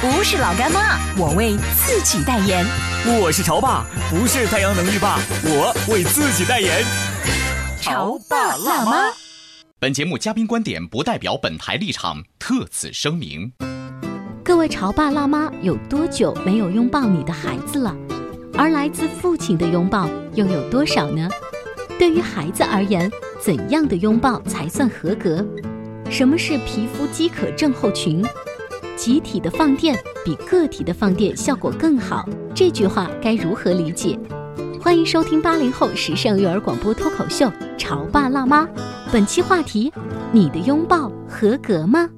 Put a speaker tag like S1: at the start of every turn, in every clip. S1: 不是老干妈，我为自己代言。
S2: 我是潮爸，不是太阳能浴霸，我为自己代言。
S1: 潮爸辣妈。
S3: 本节目嘉宾观点不代表本台立场，特此声明。
S1: 各位潮爸辣妈有多久没有拥抱你的孩子了？而来自父亲的拥抱又有多少呢？对于孩子而言，怎样的拥抱才算合格？什么是皮肤饥渴症候群？集体的放电比个体的放电效果更好，这句话该如何理解？欢迎收听八零后时尚育儿广播脱口秀《潮爸辣妈》，本期话题：你的拥抱合格吗？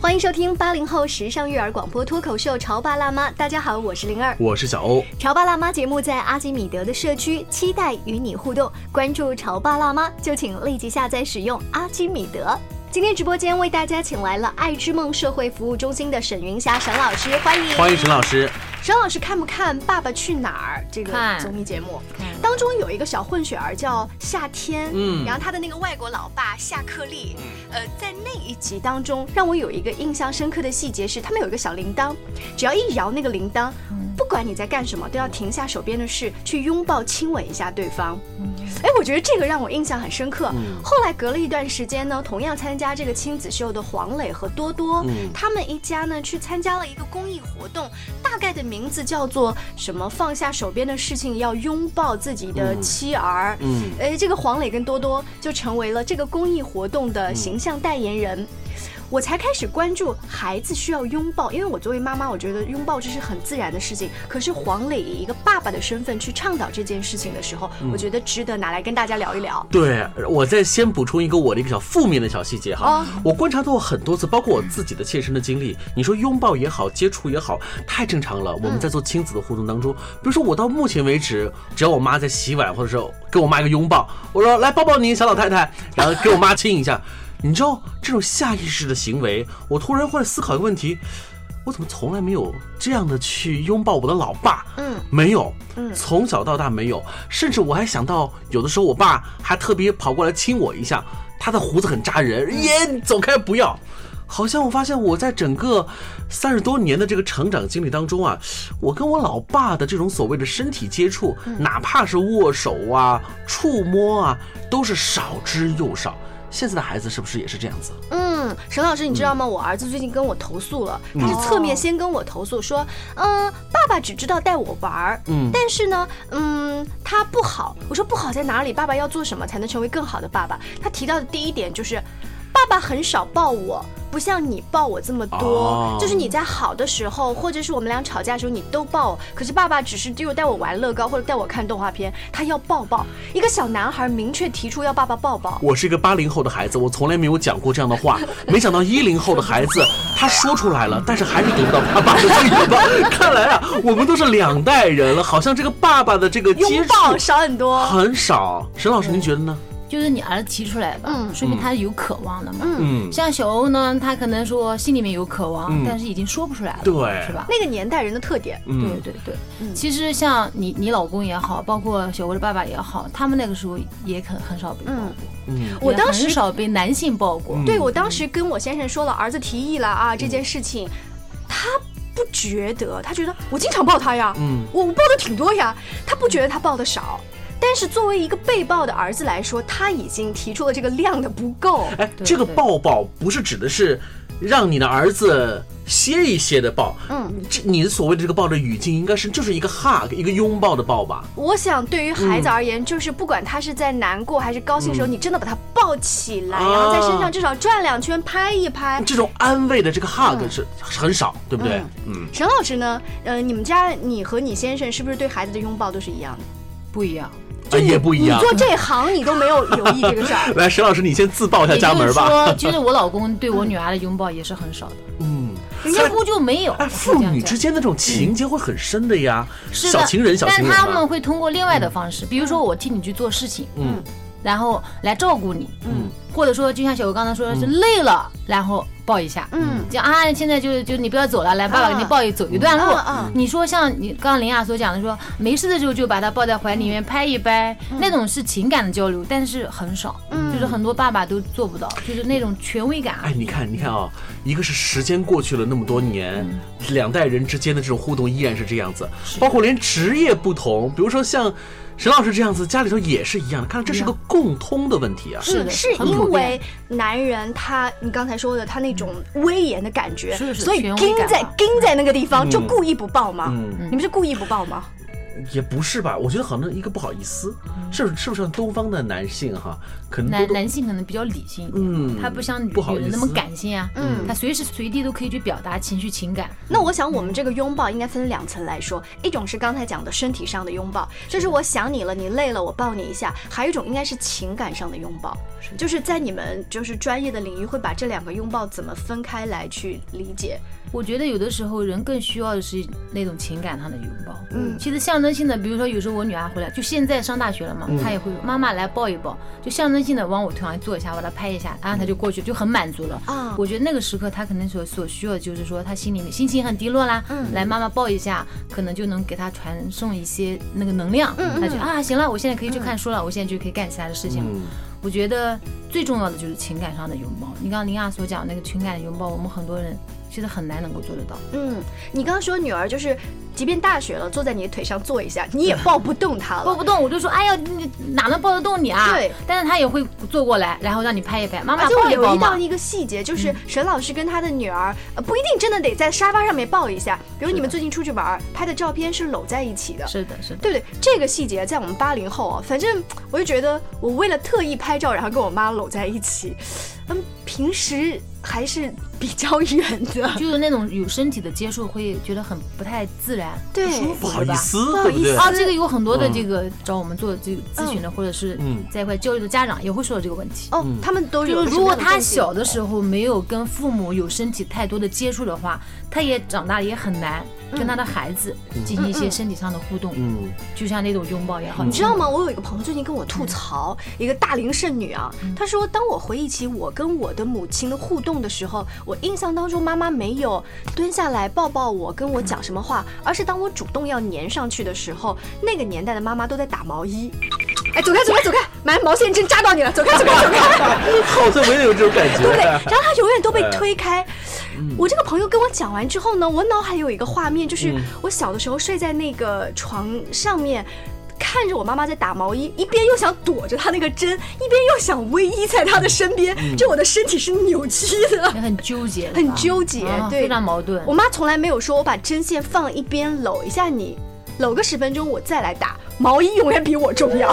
S4: 欢迎收听八零后时尚育儿广播脱口秀《潮爸辣妈》，大家好，我是灵儿。
S5: 我是小欧，
S4: 潮爸辣妈节目在阿基米德的社区，期待与你互动。关注潮爸辣妈，就请立即下载使用阿基米德。今天直播间为大家请来了爱之梦社会服务中心的沈云霞沈老师，欢迎。
S5: 欢迎沈老师。
S4: 沈老师看不看《爸爸去哪儿》这个
S6: 看
S4: 综艺节目？当中有一个小混血儿叫夏天，
S5: 嗯
S4: 然后他的那个外国老爸夏克利，呃，在那一集当中，让我有一个印象深刻的细节是，他们有一个小铃铛，只要一摇那个铃铛，
S6: 嗯
S4: 不管你在干什么，都要停下手边的事，去拥抱、亲吻一下对方。
S6: 嗯
S4: 哎，我觉得这个让我印象很深刻。
S5: 嗯
S4: 后来隔了一段时间呢，同样参加这个亲子秀的黄磊和多多，
S5: 嗯
S4: 他们一家呢去参加了一个公益活动，大概的名字叫做什么？放下手边的事情，要拥抱自己的妻儿。
S5: 嗯
S4: 哎，这个黄磊跟多多就成为了这个公益活动的形象代言人。我才开始关注孩子需要拥抱，因为我作为妈妈，我觉得拥抱这是很自然的事情。可是黄磊以一个爸爸的身份去倡导这件事情的时候，我觉得值得拿来跟大家聊一聊。
S5: 对，我再先补充一个我的一个小负面的小细节哈。
S4: 哦
S5: 我观察到很多次，包括我自己的切身的经历。你说拥抱也好，接触也好，太正常了。我们在做亲子的互动当中，比如说我到目前为止，只要我妈在洗碗，或者是给我妈一个拥抱，我说来抱抱你，小老太太，然后给我妈亲一下。你知道这种下意识的行为，我突然会思考一个问题：我怎么从来没有这样的去拥抱我的老爸？
S4: 嗯，
S5: 没有，
S4: 嗯
S5: 从小到大没有，甚至我还想到，有的时候我爸还特别跑过来亲我一下，他的胡子很扎人，耶，你走开不要。好像我发现我在整个三十多年的这个成长经历当中啊，我跟我老爸的这种所谓的身体接触，哪怕是握手啊、触摸啊，都是少之又少。现在的孩子是不是也是这样子？
S4: 嗯，沈老师，你知道吗？我儿子最近跟我投诉了，他是侧面先跟我投诉说，嗯，爸爸只知道带我玩儿，
S5: 嗯
S4: 但是呢，嗯，他不好。我说不好在哪里？爸爸要做什么才能成为更好的爸爸？他提到的第一点就是，爸爸很少抱我。不像你抱我这么多，
S5: 哦
S4: 就是你在好的时候，或者是我们俩吵架的时候，你都抱我。可是爸爸只是就带我玩乐高或者带我看动画片，他要抱抱。一个小男孩明确提出要爸爸抱抱，
S5: 我是一个八零后的孩子，我从来没有讲过这样的话。 没想到一零后的孩子，他说出来了，但是还是得不到 爸爸的这个抱。看来啊，我们都是两代人了，好像这个爸爸的这个接
S4: 拥抱
S5: 触
S4: 少很多。
S5: 很少。沈老师，您觉得呢？
S6: 就是你儿子提出来吧，
S4: 嗯
S6: 说明他有渴望了嘛。
S5: 嗯，
S6: 像小欧呢，他可能说心里面有渴望，
S5: 嗯
S6: 但是已经说不出来了，
S5: 对
S6: 是吧？
S4: 那个年代人的特点，
S6: 对对对，
S4: 嗯
S6: 其实像你你老公也好，包括小欧的爸爸也好，他们那个时候也很很少被抱过，
S5: 嗯
S4: 我
S6: 也
S4: 当时
S6: 很少被男性抱过，
S5: 嗯
S4: 对我当时跟我先生说了，儿子提议了啊这件事情，他不觉得，他觉得我经常抱他呀，
S5: 嗯
S4: 我我抱的挺多呀，他不觉得他抱的少。但是作为一个被抱的儿子来说，他已经提出了这个量的不够。
S5: 哎，
S6: 对
S5: 这个
S6: 对
S5: 抱抱不是指的是让你的儿子歇一歇的抱。
S4: 嗯，
S5: 这你所谓的这个抱的语境，应该是就是一个 hug，一个拥抱的抱吧？
S4: 我想，对于孩子而言，就是不管他是在难过还是高兴的时候，你真的把他抱起来，
S5: 嗯啊
S4: 然后在身上至少转两圈，拍一拍。
S5: 这种安慰的这个 hug 是很少，对不对？嗯，
S4: 沈老师呢？呃，你们家你和你先生是不是对孩子的拥抱都是一样的？
S6: 不一样。
S5: 啊也不一样。
S4: 你。做这行，你都没有留意这个事儿
S5: 来，沈老师，你先自报一下
S6: 也
S5: 家
S6: 就是
S5: 门吧。
S6: 说，就是我老公对我女儿的拥抱也是很 少的，
S5: 嗯，
S6: 几乎就没有。
S5: 哎，
S6: 我是
S5: 父
S6: 这样
S5: 女
S6: 讲
S5: 之间的这种情结会很深的呀，
S6: 是的
S5: 小情人，小情
S6: 但
S5: 人啊
S6: 他
S5: 嘛
S6: 们会通过另外的方式，比如说我替你去做事情，
S5: 嗯，
S6: 然后来照顾你，
S5: 嗯，
S6: 或者说就像小吴刚才说的是累了，然后抱一下，
S4: 嗯，
S6: 就啊现在就就你不要走了，来爸爸给你抱一走一段路
S4: 嗯嗯嗯。
S6: 你说像你刚刚林雅所讲的说，没事的时候就把他抱在怀里
S5: 嗯
S6: 面拍一拍，那种是情感的交流，但是很少，就是很多爸爸都做不到，就是那种权威感啊
S5: 嗯哎，。你看，你看啊、一个是时间过去了那么多年，
S6: 嗯
S5: 两代人之间的这种互动依然是这样子，包括连职业不同，比如说像沈老师这样子，家里头也是一样的。看来这是个共通的问题啊。
S6: 是的
S4: 嗯是
S6: 很普
S4: 因为
S6: 遍
S4: 男人他，你刚才说的他那种威严的感觉，
S6: 是是
S4: 所以
S6: 权威
S4: 盯
S6: 感
S4: 在
S6: 嘛嗯
S4: 盯在那个地方，就故意不抱吗？
S5: 嗯，
S4: 你们是故意不抱吗？
S6: 嗯
S5: 也不是吧？我觉得好像一个不好意思，是不是？是不是像东方的男性哈，可能
S6: 男
S5: 多多
S6: 男性可能比较理性一点，
S5: 嗯
S6: 他不像女
S5: 不好
S6: 女人
S5: 意
S6: 那么
S5: 思
S6: 感性啊，
S4: 嗯
S6: 他随时随地都可以去表达情绪情感，
S4: 那我想，我们这个拥抱应该分两层来说，一种是刚才讲的身体上的拥抱，就是我想你了，你累了，我抱你一下；还有一种应该是情感上的拥抱，就是在你们就是专业的领域会把这两个拥抱怎么分开来去理解。
S6: 我觉得有的时候人更需要的是那种情感上的拥抱。嗯，其实象征性的，比如说有时候我女儿回来，就现在上大学了嘛，她也会说妈妈来抱一抱，就象征性的往我腿上坐一下，把她拍一下，然啊后她就过去，就很满足了。
S4: 啊
S6: 我觉得那个时刻她可能所所需要的就是说她心里面心情很低落啦，
S4: 嗯
S6: 来妈妈抱一下，可能就能给她传送一些那个能量，
S4: 嗯
S6: 她就啊行了，我现在可以去看书了，我现在就可以干其他的事情了。我觉得最重要的就是情感上的拥抱。你刚刚林雅所讲那个情感的拥抱，我们很多人其实很难能够做得到。
S4: 嗯，你刚刚说女儿就是，即便大学了，坐在你的腿上坐一下，你也抱不动她
S6: 抱
S4: 了。
S6: 不动，我就说，哎呀，你哪能抱得动你啊？
S4: 呃对。
S6: 但是他也会坐过来，然后让你拍一拍，妈妈
S4: 而且我
S6: 抱一
S4: 留
S6: 抱
S4: 意
S6: 嘛
S4: 到。一个细节，
S6: 嗯
S4: 就是沈老师跟他的女儿，呃，不一定真的得在沙发上面抱一下。比如你们最近出去玩儿，拍的照片是搂在一起的，
S6: 是的，是的。
S4: 对不对？这个细节在我们八零后啊，反正我就觉得，我为了特意拍照，然后跟我妈搂在一起，嗯，平时还是比较远的，
S6: 就是那种有身体的接触，会觉得很不太自然，
S4: 对
S6: 不舒
S5: 不
S6: 服，
S5: 好
S6: 对
S5: 意
S6: 吧？
S5: 思，
S4: 不好
S5: 对不
S4: 意
S5: 对
S4: 思？
S6: 啊，这个有很多的
S5: 嗯
S6: 这个找我们做这个咨询的，或者是
S5: 嗯
S6: 在一块交流的家长也会受到这个问题。
S4: 哦，他们都有
S6: 就
S4: 个
S6: 是
S4: 什
S6: 如
S4: 么
S6: 果
S4: 样的
S6: 他
S4: 东西
S6: 小的时候没有跟父母有身体太多的接触的话，他也长大也很难
S4: 嗯
S6: 跟他的孩子进行一些身体上的互动，
S5: 嗯，
S6: 就像那种拥抱也好，
S4: 你知道吗？我有一个朋友最近跟我吐槽，一个大龄剩女啊，她说，当我回忆起我跟我的母亲的互动的时候，我印象当中妈妈没有蹲下来抱抱我，跟我讲什么话，而是当我主动要粘上去的时候，那个年代的妈妈都在打毛衣。哎，走开，走开，走开！妈，毛线针扎到你了，走开，走开，走开！
S5: 好像没有这种感觉。
S4: 对不对？然后他永远都被推开。我这个朋友跟我讲完之后呢，我脑海有一个画面，就是我小的时候睡在那个床上面。看着我妈妈在打毛衣，一边又想躲着她那个针，一边又想偎依在她的身边，就我的身体是扭曲的，
S6: 也很纠结的吧，
S4: 很纠结，
S6: 啊
S4: 对，
S6: 非常矛盾
S4: 我。妈从来没有说我把针线放一边搂一下你，搂个十分钟我再来打，毛衣永远比我重要。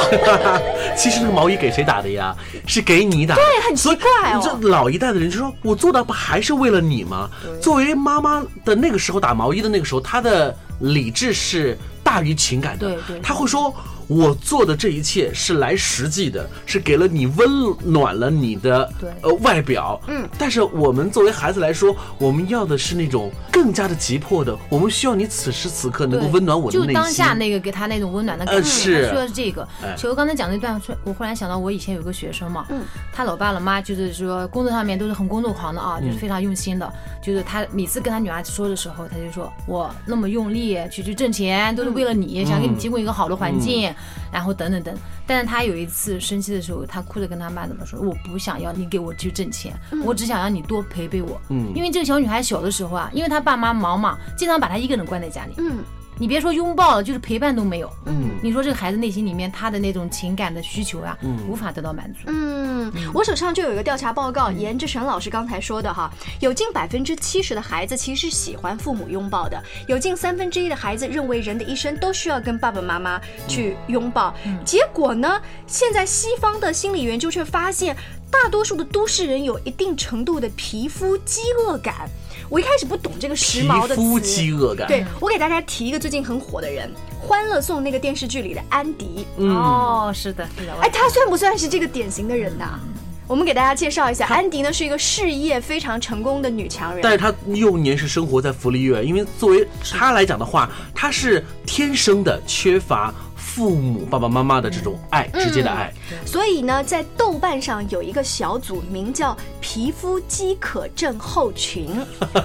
S5: 其实那个毛衣给谁打的呀？是给你打的，对，
S4: 很奇怪哦
S5: 这老一代的人就说，我做的不还是为了你吗？作为妈妈的那个时候打毛衣的那个时候，她的理智是大于情感的，
S6: 对对
S5: 她会说。我做的这一切是来实际的，是给了你温暖了你的
S6: 对
S5: 呃外表，嗯，但是我们作为孩子来说，我们要的是那种更加的急迫的，我们需要你此时此刻能够
S6: 对
S5: 温暖我的内
S6: 就
S5: 心。
S6: 当下那个给他那种温暖的感觉，
S5: 呃是
S6: 他需要是这个
S5: 哎。嗯
S6: 其实我刚才讲那段，我忽然想到，我以前有个学生嘛，他老爸老妈就是说工作上面都是很工作狂的
S5: 嗯
S6: 啊，就是非常用心的，就是他每次跟他女儿说的时候，他就说我那么用力去去挣钱，都是为了
S5: 嗯
S6: 你，想给你提供一个好的环境，然后等等等。但是他有一次生气的时候，他哭着跟他妈怎么说？我不想要你给我去挣钱，
S5: 嗯
S6: 我只想让你多陪陪我。因为这个小女孩小的时候啊，因为她爸妈忙嘛，经常把她一个人关在家里。
S4: 嗯，
S6: 你别说拥抱了，就是陪伴都没有。
S5: 嗯，
S6: 你说这个孩子内心里面他的那种情感的需求呀、无法得到满足。
S4: 嗯，我手上就有一个调查报
S5: 嗯
S4: 告，沿着沈老师刚才说的哈，有近百分之七十的孩子其实是喜欢父母拥抱的，有近三分之一的孩子认为人的一生都需要跟爸爸妈妈去拥抱。
S5: 嗯
S4: 结果呢，现在西方的心理研究却发现，大多数的都市人有一定程度的皮肤饥饿感。我一开始不懂这个时
S5: 皮
S4: 髦的词，
S5: 肤饥饿感，
S4: 对我给大家提一个最近很火的人，《欢乐颂》那个电视剧里的安迪。
S5: 嗯
S6: 哦，是的，是的，我
S4: 哎，他算不算是这个典型的人呐？我们给大家介绍一下，安迪呢是一个事业非常成功的女强人。
S5: 但是她幼年是生活在福利院，因为作为她来讲的话，她是天生的缺乏父母爸爸妈妈的这种爱，直
S6: 嗯
S5: 接的爱。
S4: 所以呢，在豆瓣上有一个小组名叫“皮肤饥渴症候群”，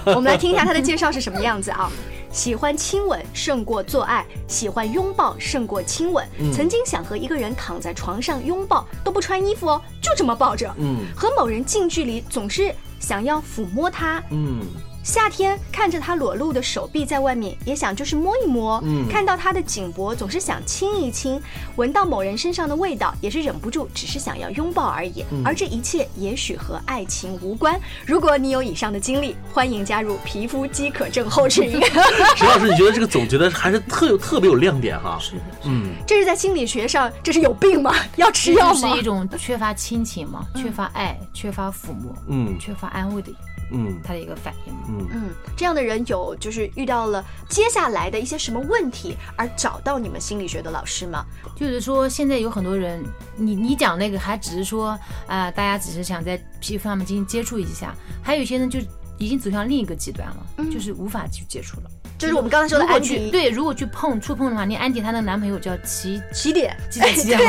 S4: 我们来听一下他的介绍是什么样子啊。喜欢亲吻胜过做爱，喜欢拥抱胜过亲吻。曾经想和一个人躺在床上拥抱，都不穿衣服哦，就这么抱着。
S5: 嗯
S4: 和某人近距离总是想要抚摸他，
S5: 嗯，
S4: 夏天看着他裸露的手臂在外面，也想就是摸一摸；
S5: 嗯
S4: 看到他的颈脖，总是想亲一亲；闻到某人身上的味道，也是忍不住，只是想要拥抱而已。
S6: 嗯
S4: 而这一切也许和爱情无关。如果你有以上的经历，欢迎加入皮肤饥渴症候 群。
S5: 沈老师，你觉得这个总觉得还是特有特别有亮点哈？
S6: 是的，
S5: 嗯，
S4: 这是在心理学上，这是有病吗？要吃
S6: 这
S4: 药
S6: 就是
S4: 吗
S6: 一？种缺乏亲情嘛，缺乏爱，缺乏抚摸，
S5: 嗯
S6: 缺乏安慰的
S5: 嗯
S6: 他的一个反应嘛。
S5: 嗯，
S4: 嗯，这样的人有就是遇到了接下来的一些什么问题而找到你们心理学的老师吗？
S6: 就是说，现在有很多人，你你讲那个还只是说，啊、大家只是想在皮肤上面进行接触一下，还有一些人就已经走向另一个极端了，
S4: 嗯
S6: 就是无法去接触了。
S4: 就是我们刚才说的
S6: 如果
S4: 安
S6: 去
S4: 迪
S6: 对，如果去碰触碰的话，你安迪她那个男朋友叫齐
S4: 起点，
S6: 几点几点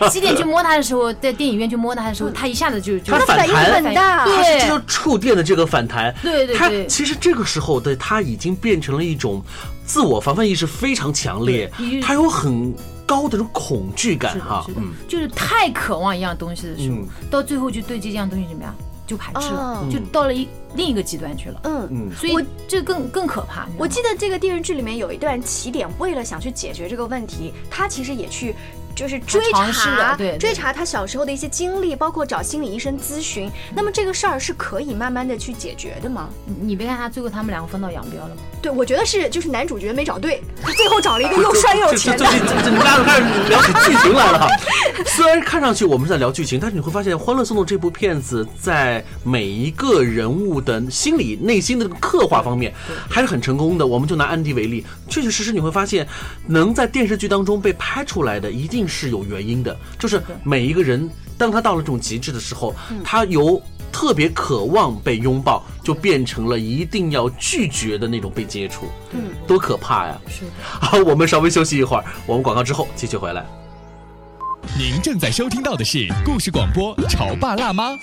S6: 吗？ 几点去摸她的时候，在电影院去摸她的时候，她一下子就就
S5: 她反
S4: 嗯反应
S5: 弹
S4: 很大。
S6: 啊对
S5: 这就触电的这个反弹，
S6: 对对
S5: 他
S6: 对
S5: 其实这个时候的他已经变成了一种自我防范意识非常强烈
S6: 对你，
S5: 他有很高的这种恐惧感
S6: 是的
S5: 哈
S6: 是。的
S5: 嗯，
S6: 就是太渴望一样东西的时候，
S5: 嗯
S6: 到最后就对这样东西怎么样就排斥了，
S4: 哦
S6: 就到了一另一个极端去了。
S4: 嗯
S5: 嗯
S6: 所
S4: 我
S6: 以这更更可怕。你知道吗
S4: 我记得这个电视剧里面有一段，起点为了想去解决这个问题，他其实也去。就是追
S6: 尝试
S4: 查，
S6: 了对对
S4: 追查他小时候的一些经历，包括找心理医生咨询。那么这个事儿是可以慢慢的去解决的吗？
S6: 你你别看他最后他们两个分道扬镳了吗？
S4: 对，我觉得是，就是男主角没找对，他最后找了一个又帅又有
S5: 这
S4: 钱
S5: 这
S4: 的
S5: 最。近这这大家开始聊起剧情来了哈。 虽然看上去我们是在聊剧情，但是你会发现，《欢乐颂》这部片子在每一个人物的心理、内心的刻画方面还是很成功的。我们就拿安迪为例，确确实实你会发现，能在电视剧当中被拍出来的，一定是有原因的。就是每一个人，当他到了这种极致的时候，
S4: 嗯
S5: 他由特别渴望被拥抱，就变成了一定要拒绝的那种被接触，
S4: 嗯
S5: 多可怕呀！
S6: 是的。
S5: 好，我们稍微休息一会儿，我们广告之后继续回来。
S2: 您正在收听到的是故事广播《潮爸辣妈》。
S1: 《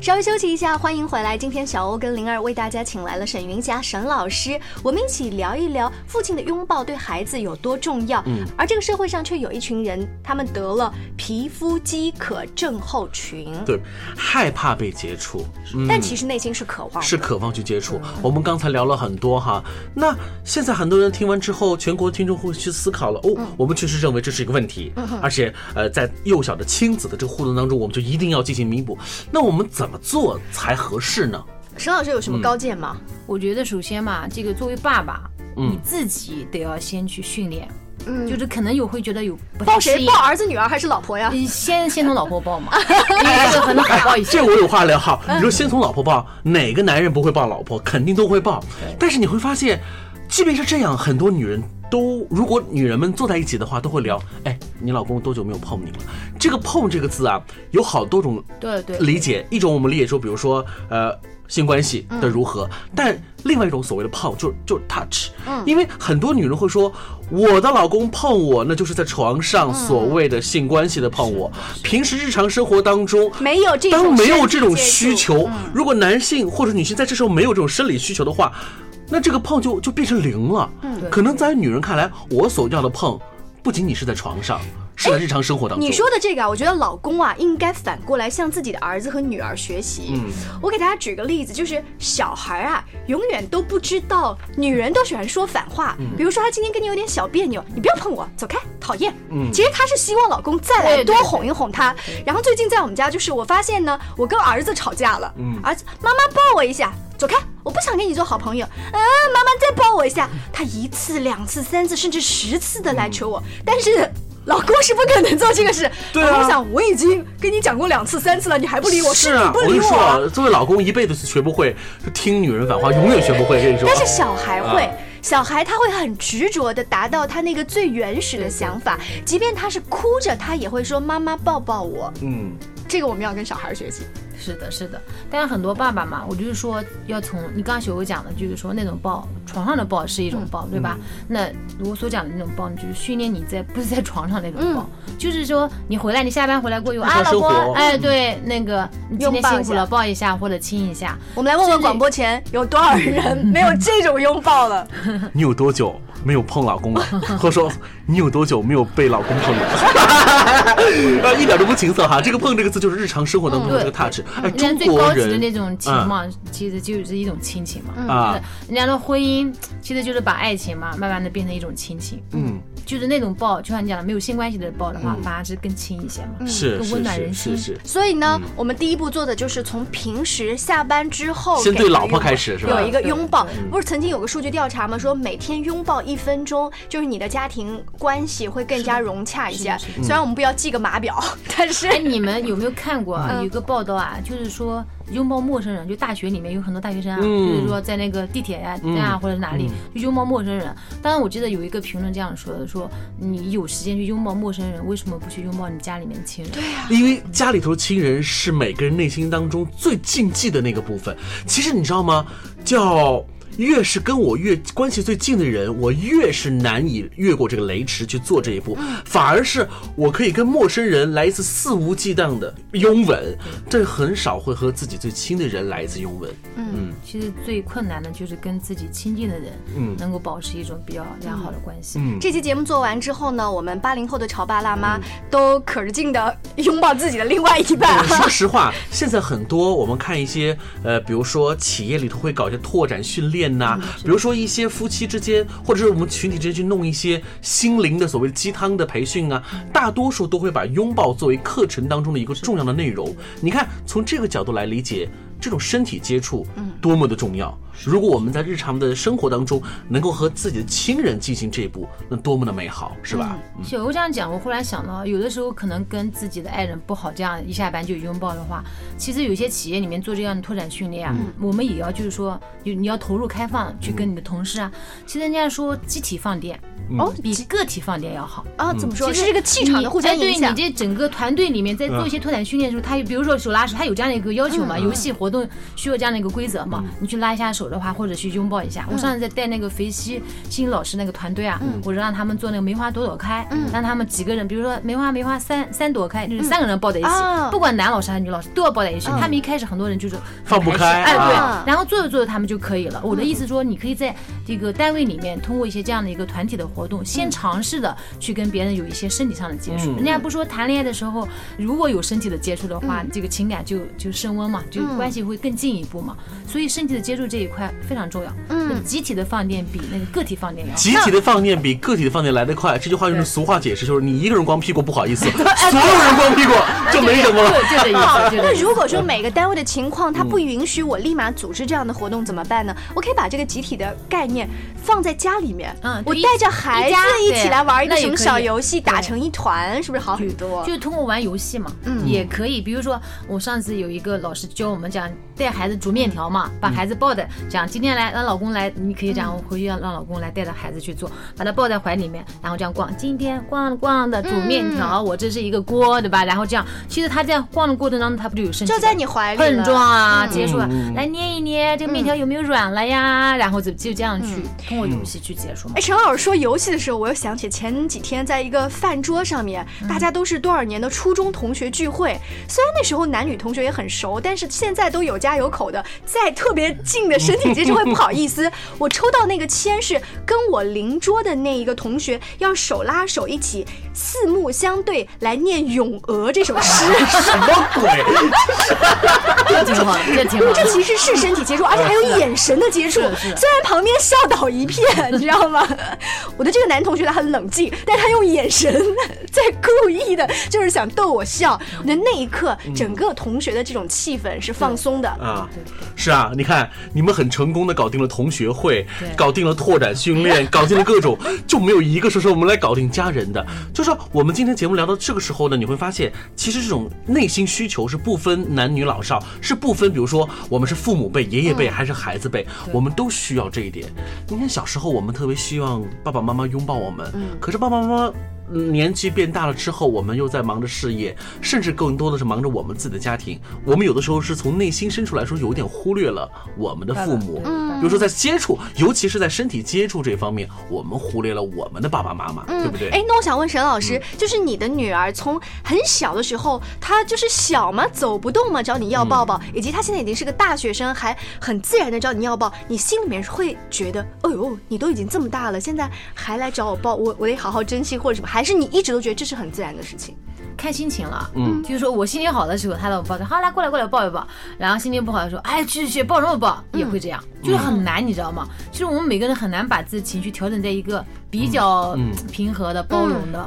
S4: 稍微休息一下，欢迎回来。今天小欧跟灵儿为大家请来了沈云霞沈老师，我们一起聊一聊父亲的拥抱对孩子有多重要。
S5: 嗯
S4: 而这个社会上却有一群人，他们得了皮肤饥渴症候群，
S5: 对，害怕被接触，嗯
S4: 但其实啊内心是渴望的。
S5: 是渴望去接触。我们刚才聊了很多哈，那现在很多人听完之后，全国听众会去思考了哦，
S4: 嗯
S5: 我们确实认为这是一个问题，而且呃，在幼小的亲子的这个互动当中，我们就一定要进行弥补。那我们怎么做才合适呢？
S4: 沈老师有什么高见吗？
S6: 我觉得首先嘛，这个作为爸爸，
S5: 嗯
S6: 你自己得要先去训练，
S4: 嗯，
S6: 就是可能有会觉得有不
S4: 抱
S6: 太适
S4: 谁？
S6: 应
S4: 抱。啊儿子、女儿还是老婆呀？
S6: 你先先从老婆抱嘛， 因为这个可能好抱一些
S5: 这。我有话聊哈，你说先从老婆抱，哪个男人不会抱老婆？肯定都会抱。但是你会发现，即便是这样，很多女人都，如果女人们坐在一起的话，都会聊，哎，你老公多久没有碰你了？这个“碰”这个字啊，有好多种
S6: 对对
S5: 理解，一种我们理解说，比如说呃性关系的如何，但另外一种所谓的碰，就就 touch，、因为很多女人会说，我的老公碰我，那就是在床上所谓的性关系的碰我，平时日常生活当中
S4: 没有这种
S5: 当没有
S4: 身体
S5: 这种
S4: 接触
S5: 需求，如果男性或者女性在这时候没有这种生理需求的话，那这个碰就就变成零了。
S6: 对
S5: 可能在女人看来，我所要的碰，不仅仅是在床上，是在日常生活当中。
S4: 你说的这个啊，我觉得老公啊应该反过来向自己的儿子和女儿学习。
S5: 嗯
S4: 我给大家举个例子，就是小孩啊，永远都不知道女人都喜欢说反话。
S5: 嗯
S4: 比如说，他今天跟你有点小别扭，你不要碰我，走开，讨厌。
S5: 嗯
S4: 其实他是希望老公再来
S6: 对对
S4: 多哄一哄他。然后最近在我们家，就是我发现呢，我跟儿子吵架了，
S5: 嗯
S4: 儿子妈妈抱我一下，走开。我不想跟你做好朋友，嗯，妈妈再抱我一下。他一次、两次、三次，甚至十次的来求我，但是老公是不可能做这个事。
S5: 对
S4: 老公
S5: 啊
S4: 想，我已经跟你讲过两次、三次了，你还不理我，
S5: 是
S4: 你
S5: 啊，
S4: 不
S5: 我跟
S4: 理
S5: 你说啊
S4: 我。，
S5: 作为老公一辈子学不会听女人反话，永远学不会。跟你说，
S4: 但是小孩会。
S5: 啊
S4: 小孩他会很执着的达到他那个最原始的想法，即便他是哭着，他也会说妈妈抱抱我。
S5: 嗯，
S4: 这个我们要跟小孩学习。
S6: 是的，是的。但是很多爸爸嘛，我就是说要从你刚刚学我讲的，就是说那种抱，床上的抱是一种
S5: 嗯
S6: 抱，对吧？那我所讲的那种抱，你就是训练你在不是在床上那种抱，就是说你回来，你下班回来过后
S5: 日常
S6: 啊，老
S5: 嗯生活嗯
S6: 公，哎，对，那个你今
S4: 拥
S6: 天
S4: 抱一
S6: 辛苦了，
S4: 下
S6: 抱一下或者亲一下，
S4: 我们来问问
S6: 甚至
S4: 广播前有多少人没有这种拥抱了？
S5: 你有多久没有碰老公了？或者说你有多久没有被老公 碰了？呃，一点都不情色哈。这个“碰”这个字就是日常生活当中的这个 touch。哎，
S6: 嗯人家
S5: 中
S6: 最
S5: 国
S6: 高级
S5: 人
S6: 的那种情嘛，其实就是一种亲情嘛。
S5: 嗯啊，
S6: 人家的婚姻其实就是把爱情嘛，慢慢的变成一种亲情。
S5: 嗯，
S6: 就是那种抱，就像你讲的没有性关系的抱的话，反而是更嗯亲一些嘛。
S5: 是
S6: 更
S5: 是
S6: 温暖
S5: 是
S6: 人
S5: 是
S6: 心
S5: 是。
S4: 所以
S5: 嗯
S4: 呢，我们第一步做的就是从平时下班之后，
S5: 先对老婆开始是吧嗯
S4: 有一个拥抱
S5: 对，
S4: 不是曾经有个数据调查吗？说每天拥抱一分钟，就是你的家庭关系会更加融洽一些
S6: 是。
S5: 嗯
S4: 虽然我们不要记个码表， 但是
S6: 哎，你们有没有看过啊
S4: 嗯
S6: 有一个报道啊？就是说拥抱陌生人，就大学里面有很多大学生啊，
S5: 嗯
S6: 就是说在那个地铁呀、站啊或者哪里就拥抱陌生人。当然，我记得有一个评论这样说的：说你有时间去拥抱陌生人，为什么不去拥抱你家里面的亲人？对，
S5: 因为家里头亲人是每个人内心当中最禁忌的那个部分。其实你知道吗？叫越是跟我越关系最近的人，我越是难以越过这个雷池去做这一步，反而是我可以跟陌生人来一次肆无忌惮的拥吻，这很少会和自己最亲的人来一次拥吻。
S6: 其实最困难的就是跟自己亲近的人，
S5: 嗯
S6: 能够保持一种比较良好的关系。
S5: 嗯，
S4: 这期节目做完之后呢，我们八零后的潮爸辣妈都可着劲的拥抱自己的另外一半啊
S5: 呃。说实话，现在很多我们看一些呃，比如说企业里头会搞一些拓展训练呐、比如说一些夫妻之间，或者是我们群体之间去弄一些心灵的所谓鸡汤的培训啊，大多数都会把拥抱作为课程当中的一个重要的内容。你看，从这个角度来理解。这种身体接触，多嗯么的重要！如果我们在日常的生活当中能够和自己的亲人进行这一步，那多么的美好，是吧？
S6: 小欧这样讲，我忽然想到，有的时候可能跟自己的爱人不好，这样一下班就拥抱的话，其实有些企业里面做这样的拓展训练啊，我们也要就是说，有你要投入开放去跟你的同事啊。其实人家说集体放电，
S4: 哦
S6: 比个体放电要好。
S4: 啊，怎么说？
S6: 嗯其实
S4: 是这个气场的互相
S6: 你哎
S4: 影响嗯
S5: 嗯
S6: 对。你这整个团队里面在做一些拓展训练的时候，他有比如说手拉手，他有这样的一个要求嘛？游戏活动需要这样的一个规则嘛，
S5: 嗯
S6: 你去拉一下手的话，或者去拥抱一下。
S4: 嗯
S6: 我上次在带那个肥西新老师那个团队啊，我让他们做那个梅花朵朵开，
S4: 嗯
S6: 让他们几个人，比如说梅花梅花三三朵开，就是三个人抱在一起，
S4: 哦嗯
S6: 不管男老师还是女老师都要抱在一起。他们一开始很多人就是
S5: 放不开
S6: 哎，对
S4: 啊，
S5: 嗯
S6: 然后做着做着他们就可以了。我的意思说，你可以在这个单位里面通过一些这样的一个团体的活动，先尝试的去跟别人有一些身体上的接
S5: 嗯
S6: 触。人家不说谈恋爱的时候，如果有身体的接触的话，
S5: 嗯
S6: 这个情感就就升温嘛，就关系会更进一步嘛。所以身体的接触这一块非常重要。嗯，集体的放电比那个个体放电要好。
S5: 集体的放电比个体的放电来得快，这句话用
S6: 对
S5: 俗话解释，就是你一个人光屁股不好意思，所有人光屁股就没什么了。
S6: 对，就这意思，就这
S4: 那
S6: 意思。嗯
S4: 如果说每个单位的情况，它不允许我立马组织这样的活动，怎么办呢？我可以把这个集体的概念放在家里面，
S6: 嗯
S4: 我
S6: 对
S4: 带着孩
S6: 一
S4: 子
S6: 家
S4: 一起
S6: 对
S4: 来玩一个
S6: 那
S4: 什
S6: 也
S4: 么
S6: 可以
S4: 小游戏，
S6: 对
S4: 打成一团，是不是好很多？
S6: 就是通过玩游戏嘛，
S4: 嗯
S6: 也可以。比如说，我上次有一个老师教我们讲带孩子煮面条嘛，
S4: 嗯
S6: 把孩子抱在，讲今天来让老公来，你可以讲我回去让让老公来带着孩子去做，把他抱在怀里面，然后这样逛，今天逛逛的煮面条，
S4: 嗯
S6: 我这是一个锅，对吧？然后这样，其实他在逛的过程当中，他不就有身体
S4: 就
S6: 了
S4: 在你怀里了
S6: 碰撞啊，
S4: 嗯嗯
S6: 接触啊
S5: 嗯，
S6: 来捏一捏，这个面条有没有软了呀？然后就就这样去通过游戏去接触嘛
S4: 哎，。陈老师说游戏的时候，我又想起前几天在一个饭桌上面，大家都是多少年的初中同学聚会。虽然那时候男女同学也很熟，但是现在都有家有口的，再特别近的身体接触会不好意思。我抽到那个签是跟我邻桌的那一个同学要手拉手一起四目相对来念《咏鹅》这首诗。
S5: 什么鬼？
S6: 这挺好，这挺好。
S4: 这其实是身体接触，而且还有眼神的接触。
S6: 是的是的
S4: 虽然旁边笑倒一片，你知道吗？我的这个男同学他很冷静，但他用眼神 在故意的，就是想逗我笑。我觉得那一刻，
S6: 嗯
S4: 整个同学的这种气氛是放松的。
S5: 啊，是啊，你看你们很成功的搞定了同学会，搞定了拓展训练，搞定了各种，就没有一个说是我们来搞定家人的。就是说我们今天节目聊到这个时候呢，你会发现，其实这种内心需求是不分男女老少，是不分，比如说我们是父母辈、爷爷辈还是孩子辈，我们都需要这一点。你看小时候我们特别希望爸爸妈妈拥抱我们，可是爸爸妈妈。嗯年纪变大了之后，我们又在忙着事业，甚至更多的是忙着我们自己的家庭。我们有的时候是从内心深处来说，有点忽略了我们的父母。
S6: 嗯
S5: 比如说在接触，尤其是在身体接触这方面，我们忽略了我们的爸爸妈妈，
S6: 嗯
S5: 对不对？嗯
S4: 哎，那我想问沈老师，就是你的女儿从很小的时候，她就是小嘛，走不动嘛，找你要抱抱，
S5: 嗯
S4: 以及她现在已经是个大学生，还很自然的找你要抱，你心里面是会觉得，哎呦，你都已经这么大了，现在还来找我抱，我我得好好珍惜或者什么，还是你一直都觉得这是很自然的事情？
S6: 看心情了。
S5: 嗯
S6: 就是说我心情好的时候，他让我抱着，好来过来过来抱一抱。然后心情不好的时候，哎去去去抱什么抱，
S5: 嗯
S6: 也会这样，就是很难，你知道吗？就是我们每个人很难把自己情绪调整在一个比较
S5: 嗯
S6: 平和的、包容的。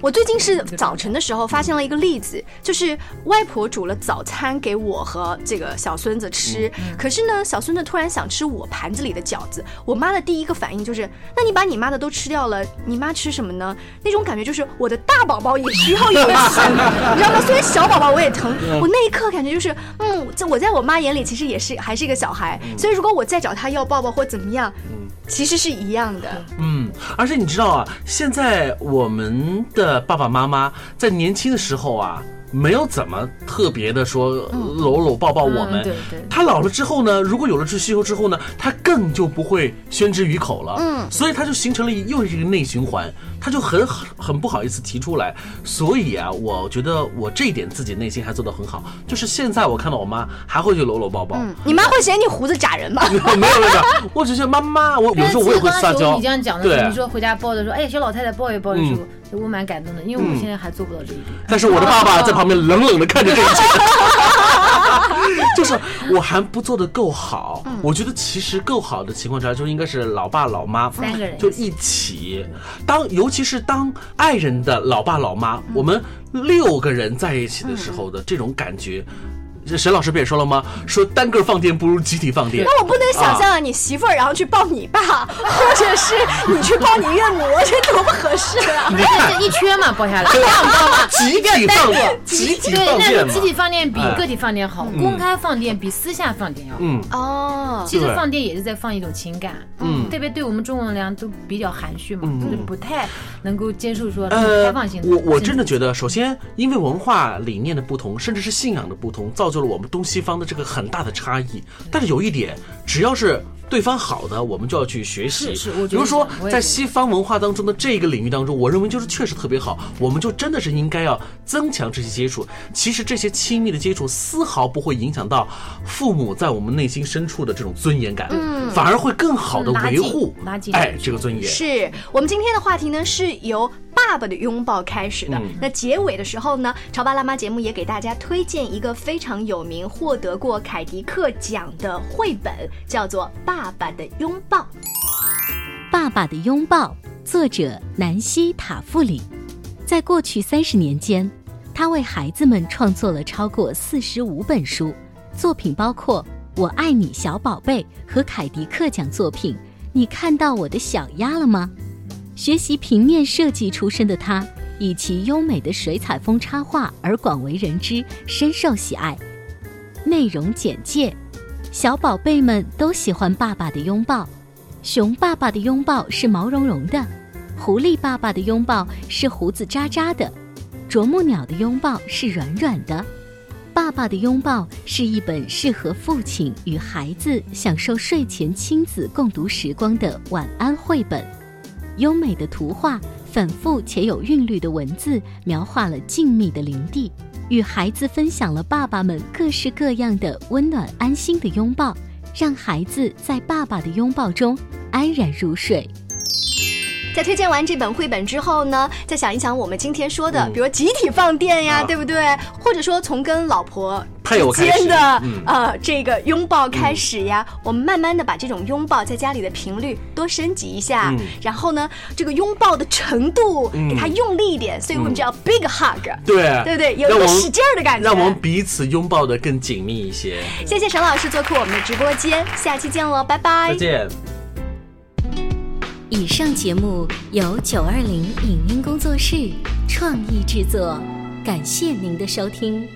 S4: 我最近是早晨的时候发现了一个例子，就是外婆煮了早餐给我和这个小孙子吃，可是呢，小孙子突然想吃我盘子里的饺子，我妈的第一个反应就是，那你把你妈的都吃掉了，你妈吃什么呢？那种感觉就是我的大宝宝也需要有吃，你知道吗？虽然小宝宝我也疼，我那一刻感觉就是，嗯，在我在我妈眼里其实也是还是一个小孩，所以如果我再找她要抱抱或怎么样，其实是一样的。
S5: 嗯，而且你知道啊，现在我们的爸爸妈妈在年轻的时候啊，没有怎么特别的说搂搂抱抱我们。
S6: 嗯对对
S5: 他老了之后呢，如果有了这需求之后呢，他更就不会宣之于口了。嗯，所以他就形成了一又是一个内循环，他就很很不好意思提出来。所以啊，我觉得我这一点自己内心还做得很好，就是现在我看到我妈还会去搂搂抱抱。
S4: 嗯，你妈会嫌你胡子扎人吗？
S5: 没有没有没有，我只是妈妈，我有时候我也会撒
S6: 但是其实刚刚
S5: 娇。
S6: 有你这样讲的
S5: 对嗯
S6: 时候，你说回家抱着说，哎，小老太太抱一抱的时候，我蛮感动的，因为我现在还做不到这一点。
S5: 但是我的爸爸在旁边冷冷的看着这一 切，就是我还不做的够好。
S6: 嗯
S5: 我觉得其实够好的情况之下，就应该是老爸老妈
S6: 三个人
S5: 就一起。当尤其是当爱人的老爸老
S6: 嗯
S5: 妈，我们六个人在一起的时候的这种感觉，这沈老师不也说了吗？
S6: 嗯
S5: 说单个放电不如集体放电。
S4: 那我不能想象你媳妇儿，然后去抱你 爸，或者是你去抱你岳母，这多不合适啊！
S5: 你看
S6: 这一圈嘛，抱 下来，这样你知道吗？
S5: 集体放电，啊集体
S6: 对，
S5: 放
S6: 那
S5: 电
S6: 你
S5: 嘛
S6: 集。体放电比
S5: 哎
S6: 个体放电好，公开放电比私下放电要好。
S5: 嗯，
S4: 哦，
S6: 其实
S5: 对
S6: 放电也是在放一种情感，
S5: 嗯
S6: 特别对我们中国人来讲都比较含蓄嘛，
S5: 嗯
S6: 就是不太能够接受说这种
S5: 呃
S6: 嗯开放性，的。
S5: 我我真的觉得，首先因为文化理念的不同，甚至是信仰的不同，造就就了我们东西方的这个很大的差异。但是有一点，只要是对方好的，我们就要去学习。
S6: 是是我觉得
S5: 比如说
S6: 是我
S5: 在
S6: 也觉得
S5: 西方文化当中的这个领域当中，我认为就是确实特别好，我们就真的是应该要增强这些接触。其实这些亲密的接触丝毫不会影响到父母在我们内心深处的这种尊严感，
S4: 嗯
S5: 反而会更好的
S6: 嗯拉
S5: 维
S6: 近
S5: 护
S6: 拉近
S5: 哎这个尊严。
S4: 是我们今天的话题呢，是由爸爸的拥抱开始的。
S5: 嗯
S4: 那结尾的时候呢，潮爸辣妈节目也给大家推荐一个非常有名、获得过凯迪克奖的绘本，叫做《爸爸的拥抱》。
S1: 《爸爸的拥抱》，作者南希·塔夫里。在过去三十年间，他为孩子们创作了超过四十五本书，作品包括《我爱你小宝贝》和凯迪克奖作品《你看到我的小鸭了吗》。学习平面设计出身的他，以其优美的水彩风插画而广为人知，深受喜爱。内容简介：小宝贝们都喜欢爸爸的拥抱。熊爸爸的拥抱是毛茸茸的，狐狸爸爸的拥抱是胡子渣渣的，啄木鸟的拥抱是软软的。爸爸的拥抱是一本适合父亲与孩子享受睡前亲子共读时光的晚安绘本。优美的图画，反复且有韵律的文字，描画了静谧的林地，与孩子分享了爸爸们各式各样的温暖安心的拥抱，让孩子在爸爸的拥抱中安然入睡。
S4: 在推荐完这本绘本之后呢，再想一想我们今天说的，
S5: 嗯
S4: 比如集体放电呀，
S5: 啊
S4: 对不对？或者说从跟老婆
S5: 配偶
S4: 之
S5: 开始
S4: 间的
S5: 嗯
S4: 呃这个拥抱开始呀，我们慢慢的把这种拥抱在家里的频率多升级一下，
S5: 嗯
S4: 然后呢，这个拥抱的程度
S5: 嗯
S4: 给它用力一点，所以我们叫 big hug，、
S5: 对
S4: 对不对？有
S5: 让
S4: 一
S5: 我
S4: 个
S5: 们
S4: 使劲儿的感觉
S5: 让。我们彼此拥抱的更紧密一些。
S4: 谢谢沈老师做客我们的直播间，下期见喽，拜拜
S5: 再。见。
S1: 以上节目由九二零影音工作室创意制作，感谢您的收听。